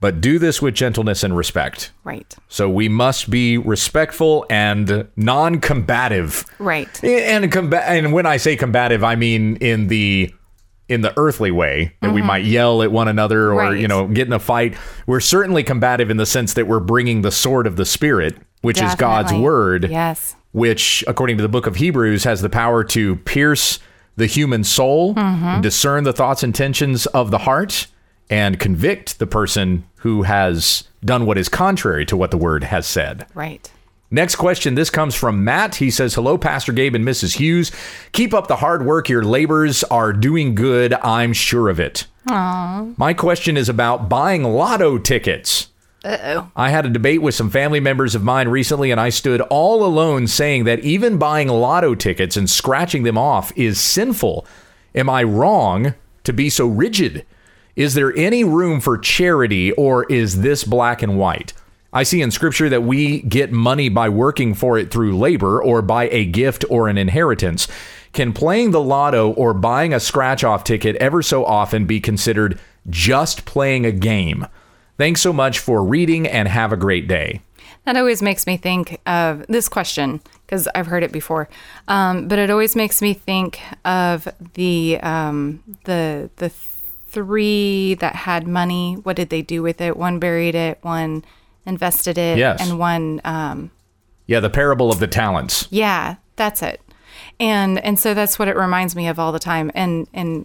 But do this with gentleness and respect.
right.
So we must be respectful and non-combative.
Right.
And comba- and when I say combative, I mean in the in the earthly way that we might yell at one another or
Mm-hmm. Right.
you know get in a fight. We're certainly combative in the sense that we're bringing the sword of the spirit, which is God's
Definitely.
word
Yes.
which, according to the book of Hebrews, has the power to pierce the human soul, discern the thoughts and intentions of the heart, and convict the person who has done what is contrary to what the word has said.
Right.
Next question. This comes from Matt. He says, Hello, Pastor Gabe and Mrs. Hughes. Keep up the hard work. Your labors are doing good. I'm sure of it. My question is about buying lotto tickets. Uh-oh. I had a debate with some family members of mine recently, and I stood all alone saying that even buying lotto tickets and scratching them off is sinful. Am I wrong to be so rigid? Is there any room for charity, or is this black and white? I see in scripture that we get money by working for it through labor or by a gift or an inheritance. Can playing the lotto or buying a scratch off ticket ever so often be considered just playing a game? Thanks so much for reading and have a great day.
That always makes me think of this question because I've heard it before, um, but it always makes me think of the um, the the three that had money. What did they do with it? One buried it. One invested it.
Yes.
And one. Um,
Yeah, the parable of the talents.
yeah, that's it. And and so that's what it reminds me of all the time. And and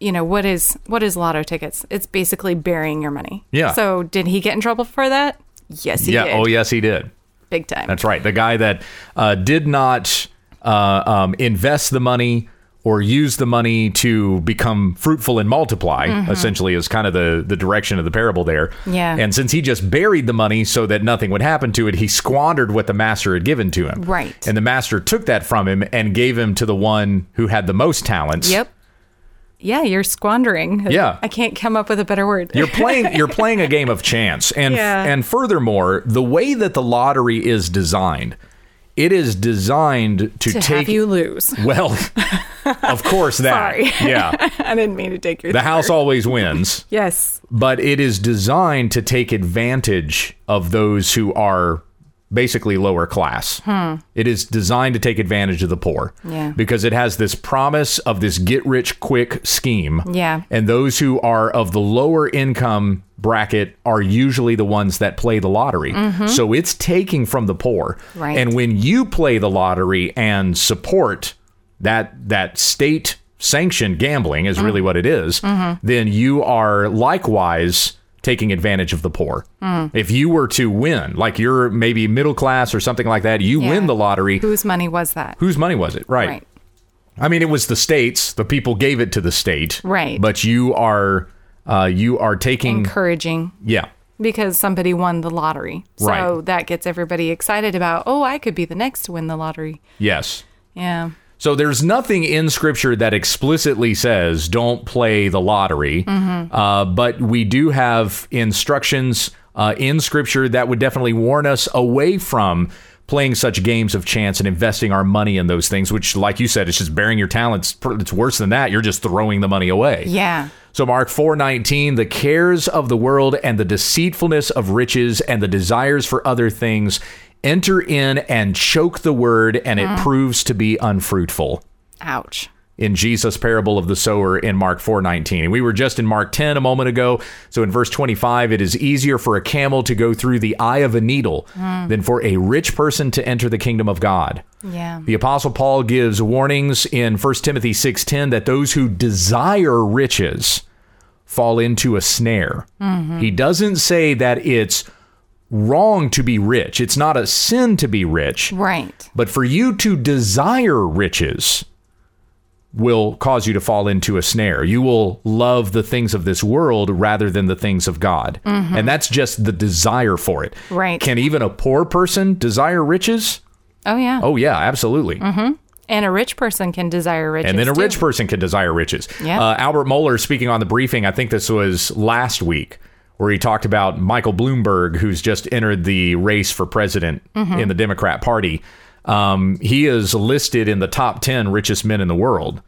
you know what is what is lotto tickets? It's basically burying your money.
Yeah.
So did he get in trouble for that? Yes, he
yeah,
did.
oh, yes, he did.
Big time.
That's right. The guy that uh, did not uh, um, invest the money or use the money to become fruitful and multiply, essentially, is kind of the, the direction of the parable there.
Mm-hmm. Yeah.
And since he just buried the money so that nothing would happen to it, he squandered what the master had given to him.
Right.
And the master took that from him and gave him to the one who had the most talents.
Yep. Yeah, you're squandering.
Yeah.
I can't come up with a better word.
You're playing you're playing a game of chance. And
Yeah.
and furthermore, the way that the lottery is designed, it is designed to,
to
take
have you lose.
Well, of course that.
Sorry.
Yeah.
I didn't mean to take your
The house always wins,
Yes.
but it is designed to take advantage of those who are basically lower class. It is designed to take advantage of the poor
Hmm. Yeah.
because it has this promise of this get rich quick scheme.
Yeah.
And those who are of the lower income bracket are usually the ones that play the lottery. So it's taking from the poor.
Mm-hmm. Right.
And when you play the lottery and support that that state sanctioned gambling
Mm.
is really what it is,
Mm-hmm.
then you are likewise taking advantage of the poor.
Mm.
If you were to win, like you're maybe middle class or something like that, you
Yeah.
win the lottery.
Whose money was that?
Whose money was it? Right.
Right.
I mean, it was the states. The people gave it to the state,
Right.
But you are, uh, you are taking,
encouraging
yeah,
because somebody won the lottery. So
Right.
that gets everybody excited about, oh, I could be the next to win the lottery.
yes.
Yeah.
So there's nothing in Scripture that explicitly says don't play the lottery, uh, but we do have instructions uh, in Scripture that would definitely warn us away from playing such games of chance and investing our money in those things. Which, like you said, it's just bearing your talents. It's worse than that. You're just throwing the money away.
Yeah.
So Mark 4:19 the cares of the world and the deceitfulness of riches and the desires for other things enter in and choke the word and it proves to be unfruitful
Ouch.
in Jesus' parable of the sower in Mark 4:19. And we were just in Mark 10 a moment ago. So in verse 25, it is easier for a camel to go through the eye of a needle than for a rich person to enter the kingdom of God.
Yeah.
The apostle Paul gives warnings in 1 Timothy 6:10 that those who desire riches fall into a snare. He doesn't say that it's wrong to be rich. It's not a sin to be rich,
Right.
but for you to desire riches will cause you to fall into a snare. You will love the things of this world rather than the things of God. And that's just the desire for it.
Right.
Can even a poor person desire riches?
Oh, yeah.
Oh yeah, absolutely.
And a rich person can desire riches.
And then a
too.
rich person can desire riches.
Yeah.
Uh, Albert Moeller speaking on the briefing, I think this was last week, where he talked about Michael Bloomberg, who's just entered the race for president
Mm-hmm.
in the Democrat Party. Um, he is listed in the top 10 richest men in the world.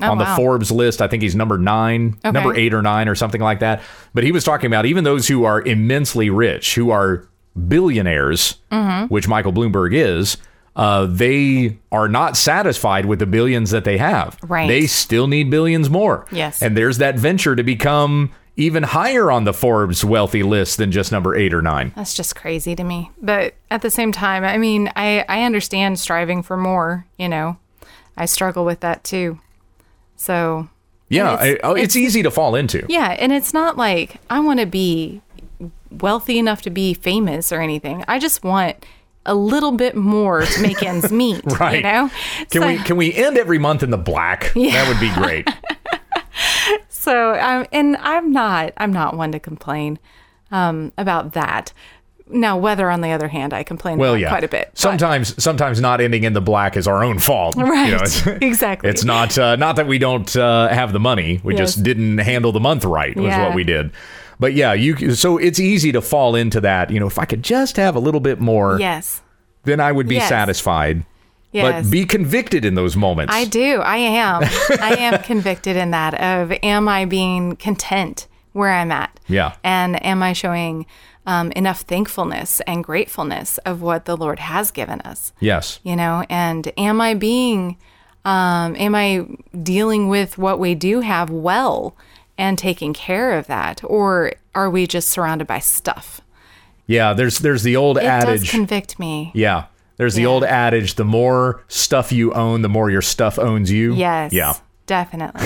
on the
Oh, wow. Oh,
Forbes list, I think he's number nine,
Okay.
number eight or nine, or something like that. But he was talking about even those who are immensely rich, who are billionaires,
Mm-hmm.
which Michael Bloomberg is, uh, they are not satisfied with the billions that they have.
Right.
They still need billions more.
Yes.
And there's that venture to become even higher on the Forbes wealthy list than just number eight or nine.
That's just crazy to me. But at the same time, I mean, I, I understand striving for more, you know. I struggle with that too. So,
Yeah.
it's-
I- oh, it's, easy to fall into.
yeah. And it's not like I want to be wealthy enough to be famous or anything. I just want a little bit more to make ends meet,
Right.
you know?
Can we can we end every month in the black? That would be great.
So, um, and I'm not, I'm not one to complain um, about that. Now, weather, on the other hand, I complain
Well,
about
yeah,
quite a bit. but-
Sometimes, sometimes not ending in the black is our own fault. You know,
right?
it's,
exactly.
it's not uh, not that we don't uh, have the money. We
Yes.
just didn't handle the month right. Was
Yeah.
what we did. But yeah, you. So it's easy to fall into that. You know, if I could just have a little bit more,
Yes.
then I would be
Yes.
satisfied.
Yes.
But be convicted in those moments.
I do. I am. I am convicted in that of am I being content where I'm at?
Yeah.
And am I showing um, enough thankfulness and gratefulness of what the Lord has given us?
yes.
You know, and am I being, um, am I dealing with what we do have well and taking care of that? Or are we just surrounded by stuff?
Yeah. There's there's the old
It
adage.
does convict me.
yeah. There's the
Yeah.
old adage: the more stuff you own, the more your stuff owns you.
Yes.
Yeah.
Definitely.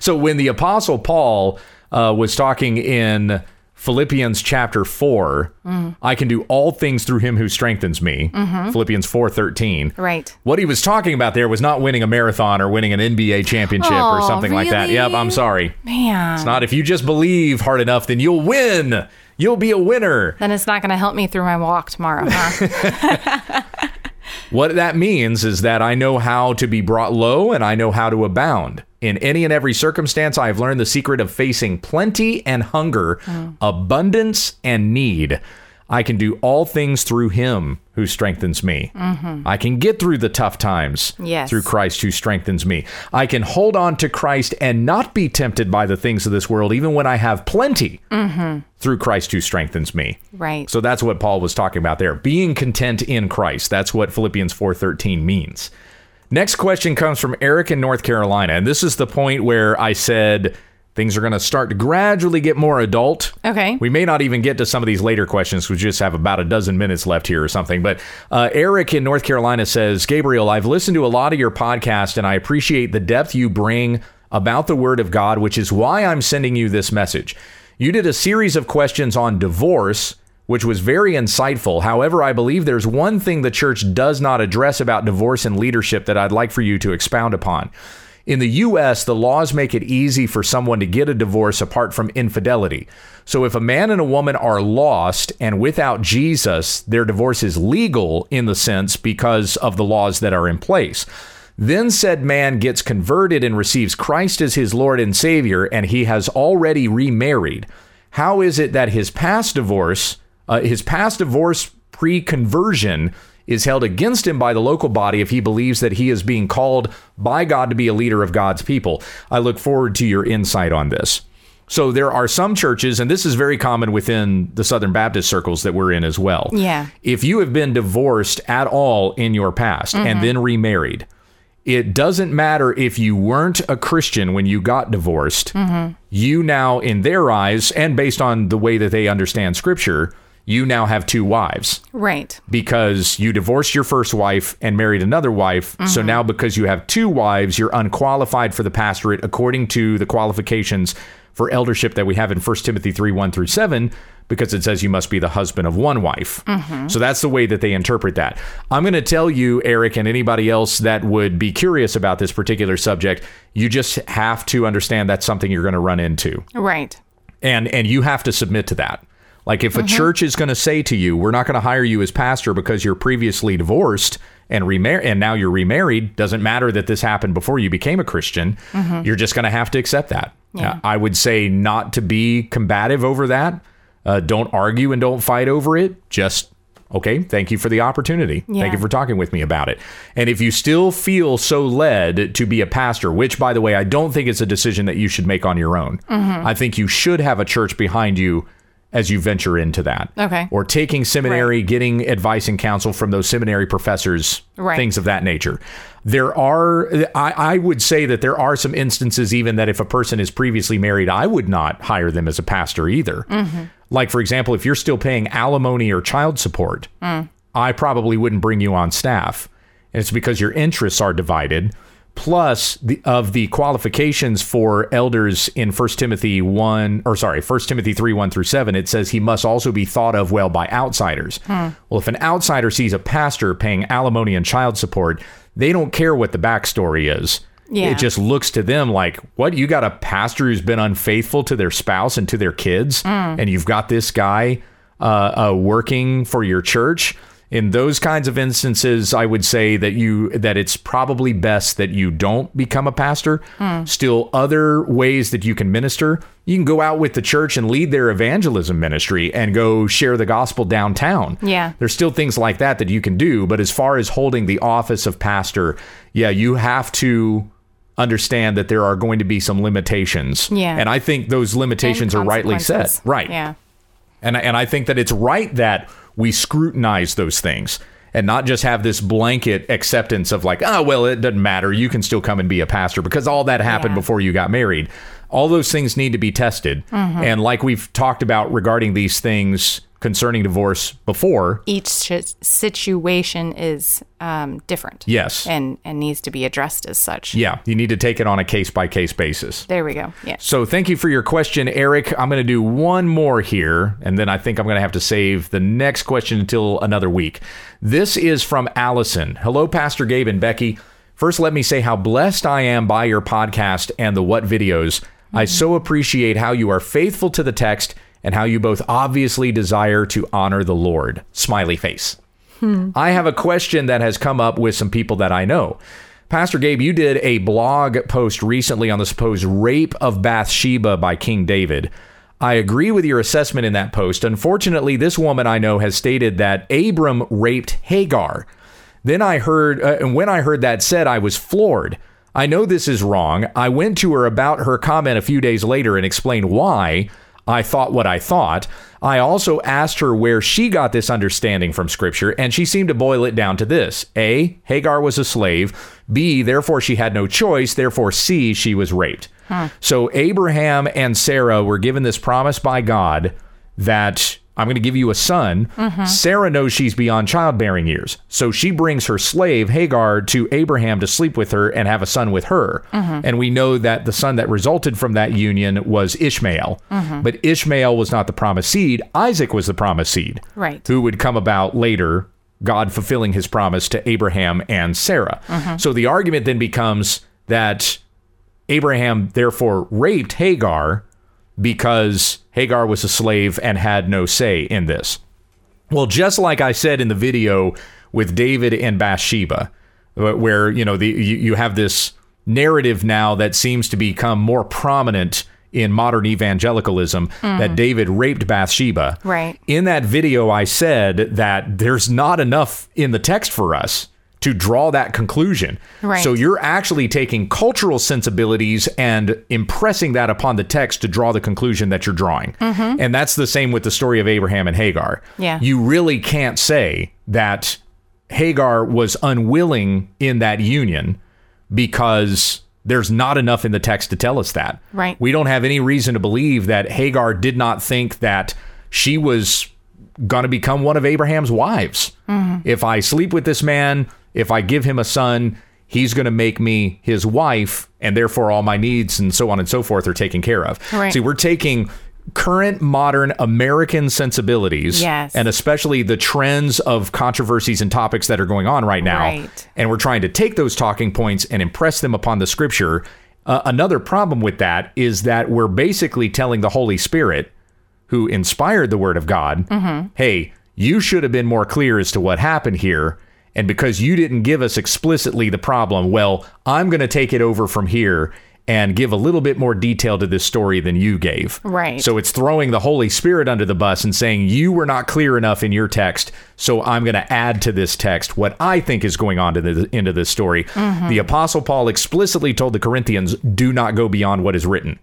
So when the apostle Paul uh, was talking in Philippians chapter 4,
Mm.
I can do all things through him who strengthens me. Philippians 4:13.
Mm-hmm. right.
What he was talking about there was not winning a marathon or winning an NBA championship or
Aw,
something like that.
really?
Yep, I'm sorry.
Man.
It's not if you just believe hard enough then you'll win. You'll be a winner.
Then it's not going to help me through my walk tomorrow, huh?
What that means is that I know how to be brought low and I know how to abound. In any and every circumstance, I have learned the secret of facing plenty and hunger, abundance and need. I can do all things through him who strengthens me. I can get through the tough times
Yes.
through Christ who strengthens me. I can hold on to Christ and not be tempted by the things of this world, even when I have plenty through Christ who strengthens me.
right.
So that's what Paul was talking about there. Being content in Christ. That's what Philippians 4:13 means. Next question comes from Eric in North Carolina, and this is the point where I said things are going to start to gradually get more adult.
Okay.
We may not even get to some of these later questions. We just have about a dozen minutes left here or something. But uh, Eric in North Carolina says, Gabriel, I've listened to a lot of your podcast and I appreciate the depth you bring about the Word of God, which is why I'm sending you this message. You did a series of questions on divorce, which was very insightful. However, I believe there's one thing the church does not address about divorce and leadership that I'd like for you to expound upon. In the US, the laws make it easy for someone to get a divorce apart from infidelity. So if a man and a woman are lost and without Jesus, their divorce is legal in the sense because of the laws that are in place. Then said man gets converted and receives Christ as his Lord and Savior, and he has already remarried. How is it that his past divorce, uh, his past divorce pre conversion, is held against him by the local body if he believes that he is being called by God to be a leader of God's people. I look forward to your insight on this. So there are some churches, and this is very common within the Southern Baptist circles that we're in as well.
Yeah.
If you have been divorced at all in your past and then remarried, it doesn't matter if you weren't a Christian when you got divorced. You now, in their eyes, and based on the way that they understand scripture, you now have two wives
Right.
because you divorced your first wife and married another wife. So now, because you have two wives, you're unqualified for the pastorate according to the qualifications for eldership that we have in 1 Timothy 3 1 through 7, because it says you must be the husband of one wife. So that's the way that they interpret that. I'm going to tell you, Eric, and anybody else that would be curious about this particular subject, you just have to understand that's something you're going to run into
Right.
and and you have to submit to that like if a church is going to say to you we're not going to hire you as pastor because you're previously divorced and remar- and now you're remarried doesn't matter that this happened before you became a christian you're just going to have to accept that Uh, i would say not to be combative over that uh, don't argue and don't fight over it just okay thank you for the opportunity thank
Yeah.
you for talking with me about it and if you still feel so led to be a pastor which by the way i don't think it's a decision that you should make on your own
Mm-hmm.
i think you should have a church behind you as you venture into that
Okay.
or taking seminary getting advice and counsel from those seminary professors
Right.
things of that nature there are I, I would say that there are some instances even that if a person is previously married i would not hire them as a pastor either like for example if you're still paying alimony or child support I probably wouldn't bring you on staff. And it's because your interests are divided. Plus, the, of the qualifications for elders in 1 Timothy 1, or sorry, 1 Timothy 3, 1 through 7, it says he must also be thought of well by outsiders. Well, if an outsider sees a pastor paying alimony and child support, they don't care what the backstory is.
Yeah.
It just looks to them like, what? You got a pastor who's been unfaithful to their spouse and to their kids, and you've got this guy uh, uh, working for your church. In those kinds of instances, I would say that you that it's probably best that you don't become a pastor. Still, other ways that you can minister. You can go out with the church and lead their evangelism ministry and go share the gospel downtown.
Yeah.
There's still things like that that you can do, but as far as holding the office of pastor, yeah, you have to understand that there are going to be some limitations.
Yeah.
And I think those limitations are
And
rightly set.
consequences.
Right.
Yeah.
And I- and I think that it's right that we scrutinize those things and not just have this blanket acceptance of like, oh well, it doesn't matter. You can still come and be a pastor because all that happened
Yeah.
before you got married. All those things need to be tested.
Mm-hmm.
And like we've talked about regarding these things concerning divorce before,
Each shi- situation is um, different.
Yes.
And and needs to be addressed as such.
yeah, you need to take it on a case by case basis.
There we go. Yeah.
So thank you for your question, Eric. I'm going to do one more here, and then I think I'm going to have to save the next question until another week. This is from Allison. Hello, Pastor Gabe and Becky. First, let me say how blessed I am by your podcast and the What videos. I so appreciate how you are faithful to the text and how you both obviously desire to honor the Lord. Smiley face. I have a question that has come up with some people that I know. Pastor Gabe, you did a blog post recently on the supposed rape of Bathsheba by King David. I agree with your assessment in that post. Unfortunately, this woman I know has stated that Abram raped Hagar. Then I heard, uh, and when I heard that said, I was floored. I know this is wrong. I went to her about her comment a few days later and explained why I thought what I thought. I also asked her where she got this understanding from Scripture, and she seemed to boil it down to this A, Hagar was a slave. B, therefore she had no choice. Therefore, C, she was raped. So Abraham and Sarah were given this promise by God that I'm going to give you a son. Sarah knows she's beyond childbearing years. So she brings her slave, Hagar, to Abraham to sleep with her and have a son with her. And we know that the son that resulted from that union was Ishmael. But Ishmael was not the promised seed, Isaac was the promised seed,
Right.
who would come about later, God fulfilling his promise to Abraham and Sarah.
Mm-hmm.
So the argument then becomes that Abraham therefore raped Hagar because Hagar was a slave and had no say in this. Well, just like I said in the video with David and Bathsheba, wh- where you know the you, you have this narrative now that seems to become more prominent in modern evangelicalism that David raped Bathsheba.
Mm. Right.
In that video, I said that there's not enough in the text for us to draw that conclusion.
Right.
So you're actually taking cultural sensibilities and impressing that upon the text to draw the conclusion that you're drawing. And that's the same with the story of Abraham and Hagar.
Mm-hmm. Yeah.
You really can't say that Hagar was unwilling in that union because there's not enough in the text to tell us that.
Right.
We don't have any reason to believe that Hagar did not think that she was going to become one of Abraham's wives.
Mm-hmm.
If I sleep with this man, if I give him a son, he's going to make me his wife, and therefore all my needs and so on and so forth are taken care of.
Right.
See, we're taking current modern American sensibilities
Yes.
and especially the trends of controversies and topics that are going on right now.
Right.
And we're trying to take those talking points and impress them upon the scripture. Uh, another problem with that is that we're basically telling the Holy Spirit, who inspired the Word of God,
Mm-hmm.
hey, you should have been more clear as to what happened here. And because you didn't give us explicitly the problem, well, I'm going to take it over from here and give a little bit more detail to this story than you gave.
Right.
So it's throwing the Holy Spirit under the bus and saying, You were not clear enough in your text, so I'm going to add to this text what I think is going on to the end of this story. The Apostle Paul explicitly told the Corinthians, Do not go beyond what is written.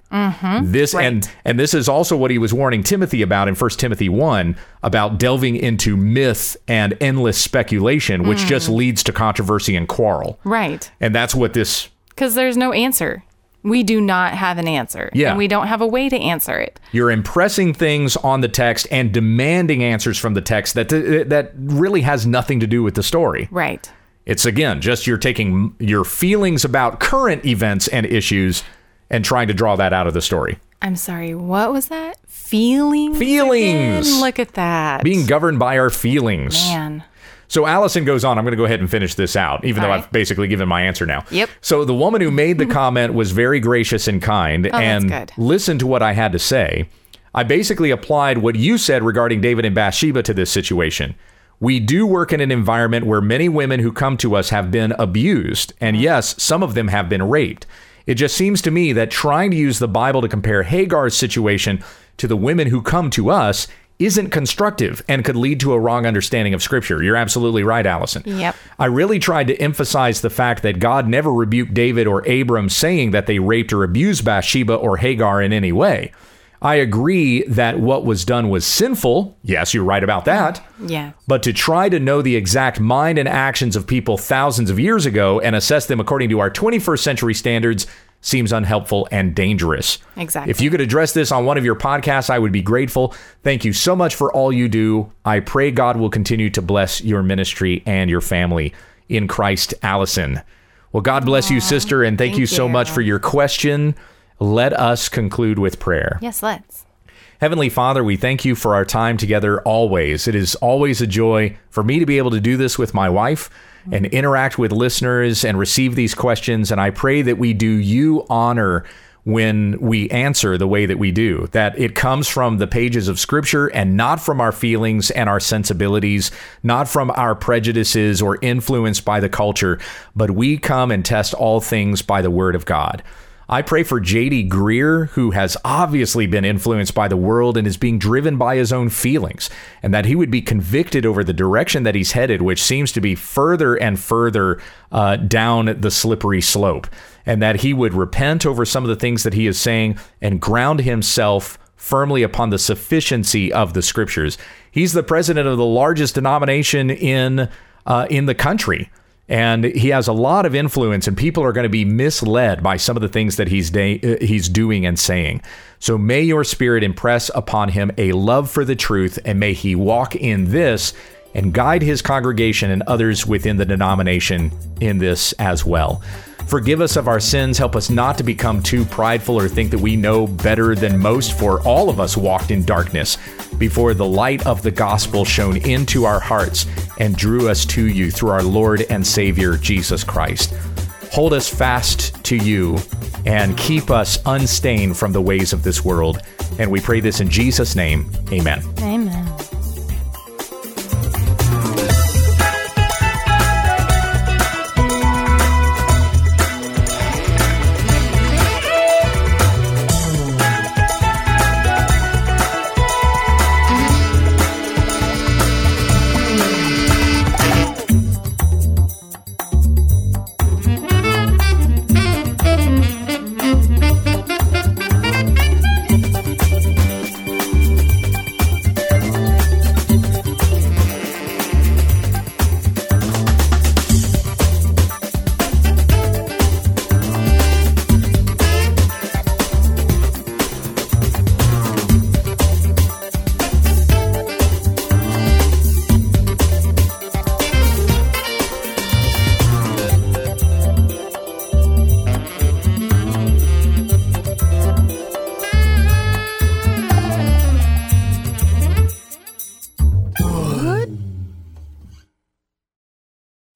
This and and this is also what he was warning Timothy about in 1 Timothy 1 about delving into myth and endless speculation, which just leads to controversy and quarrel.
Right.
And that's what this
Because there's no answer. We do not have an answer.
Yeah.
And we don't have a way to answer it.
You're impressing things on the text and demanding answers from the text that that really has nothing to do with the story.
Right.
It's again just you're taking your feelings about current events and issues and trying to draw that out of the story.
I'm sorry. What was that? Feelings.
Feelings.
again? Look at that.
Being governed by our feelings.
man.
So Allison goes on. I'm going to go ahead and finish this out, even though
All right.
I've basically given my answer now.
Yep.
So the woman who made the comment was very gracious and kind
Oh, that's
and
good.
listened to what I had to say. I basically applied what you said regarding David and Bathsheba to this situation. We do work in an environment where many women who come to us have been abused, and yes, some of them have been raped. It just seems to me that trying to use the Bible to compare Hagar's situation to the women who come to us isn't constructive and could lead to a wrong understanding of Scripture. You're absolutely right, Allison.
Yep.
I really tried to emphasize the fact that God never rebuked David or Abram saying that they raped or abused Bathsheba or Hagar in any way. I agree that what was done was sinful. Yes, you're right about that.
Yeah.
But to try to know the exact mind and actions of people thousands of years ago and assess them according to our 21st century standards seems unhelpful and dangerous.
Exactly.
If you could address this on one of your podcasts, I would be grateful. Thank you so much for all you do. I pray God will continue to bless your ministry and your family in Christ, Allison. Well, God bless you, sister, and thank, you so
you.
much for your question. Let us conclude with prayer.
Yes, let's.
Heavenly Father, we thank you for our time together always. It is always a joy for me to be able to do this with my wife and interact with listeners and receive these questions. And I pray that we do you honor when we answer the way that we do, that it comes from the pages of Scripture and not from our feelings and our sensibilities, not from our prejudices or influenced by the culture, but we come and test all things by the Word of God. I pray for JD Greer, who has obviously been influenced by the world and is being driven by his own feelings, and that he would be convicted over the direction that he's headed, which seems to be further and further uh, down the slippery slope, and that he would repent over some of the things that he is saying and ground himself firmly upon the sufficiency of the scriptures. He's the president of the largest denomination in uh, in the country and he has a lot of influence, and people are going to be misled by some of the things that he's da- uh, he's doing and saying. So may your spirit impress upon him a love for the truth, and may he walk in this and guide his congregation and others within the denomination in this as well. Forgive us of our sins. Help us not to become too prideful or think that we know better than most, for all of us walked in darkness before the light of the gospel shone into our hearts and drew us to you through our Lord and Savior, Jesus Christ. Hold us fast to you and keep us unstained from the ways of this world. And we pray this in Jesus' name. Amen.
Amen.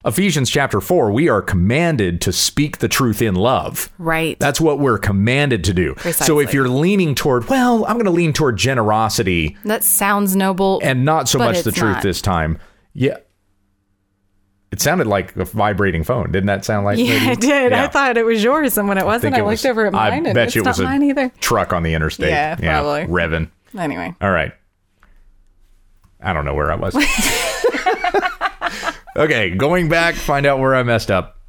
Ephesians chapter 4, we are commanded to speak the truth in love.
Right.
That's what we're commanded to do. So
Precisely.
if you're leaning toward, well, I'm going to lean toward generosity
that sounds noble.
and not so
But
much the
it's
truth
not.
this time. Yeah. It sounded like a vibrating phone. Didn't that sound like
yeah, I
maybe-
did.
Yeah.
I thought it was yours, and when it wasn't,
think
I,
it
looked
was-
over at
I
mine, and
bet
it's
you it
not
was a
mine either.
truck on the interstate.
Yeah, probably.
Revving.
Anyway,
All right. I don't know where I was. okay, going back, find out where I messed up.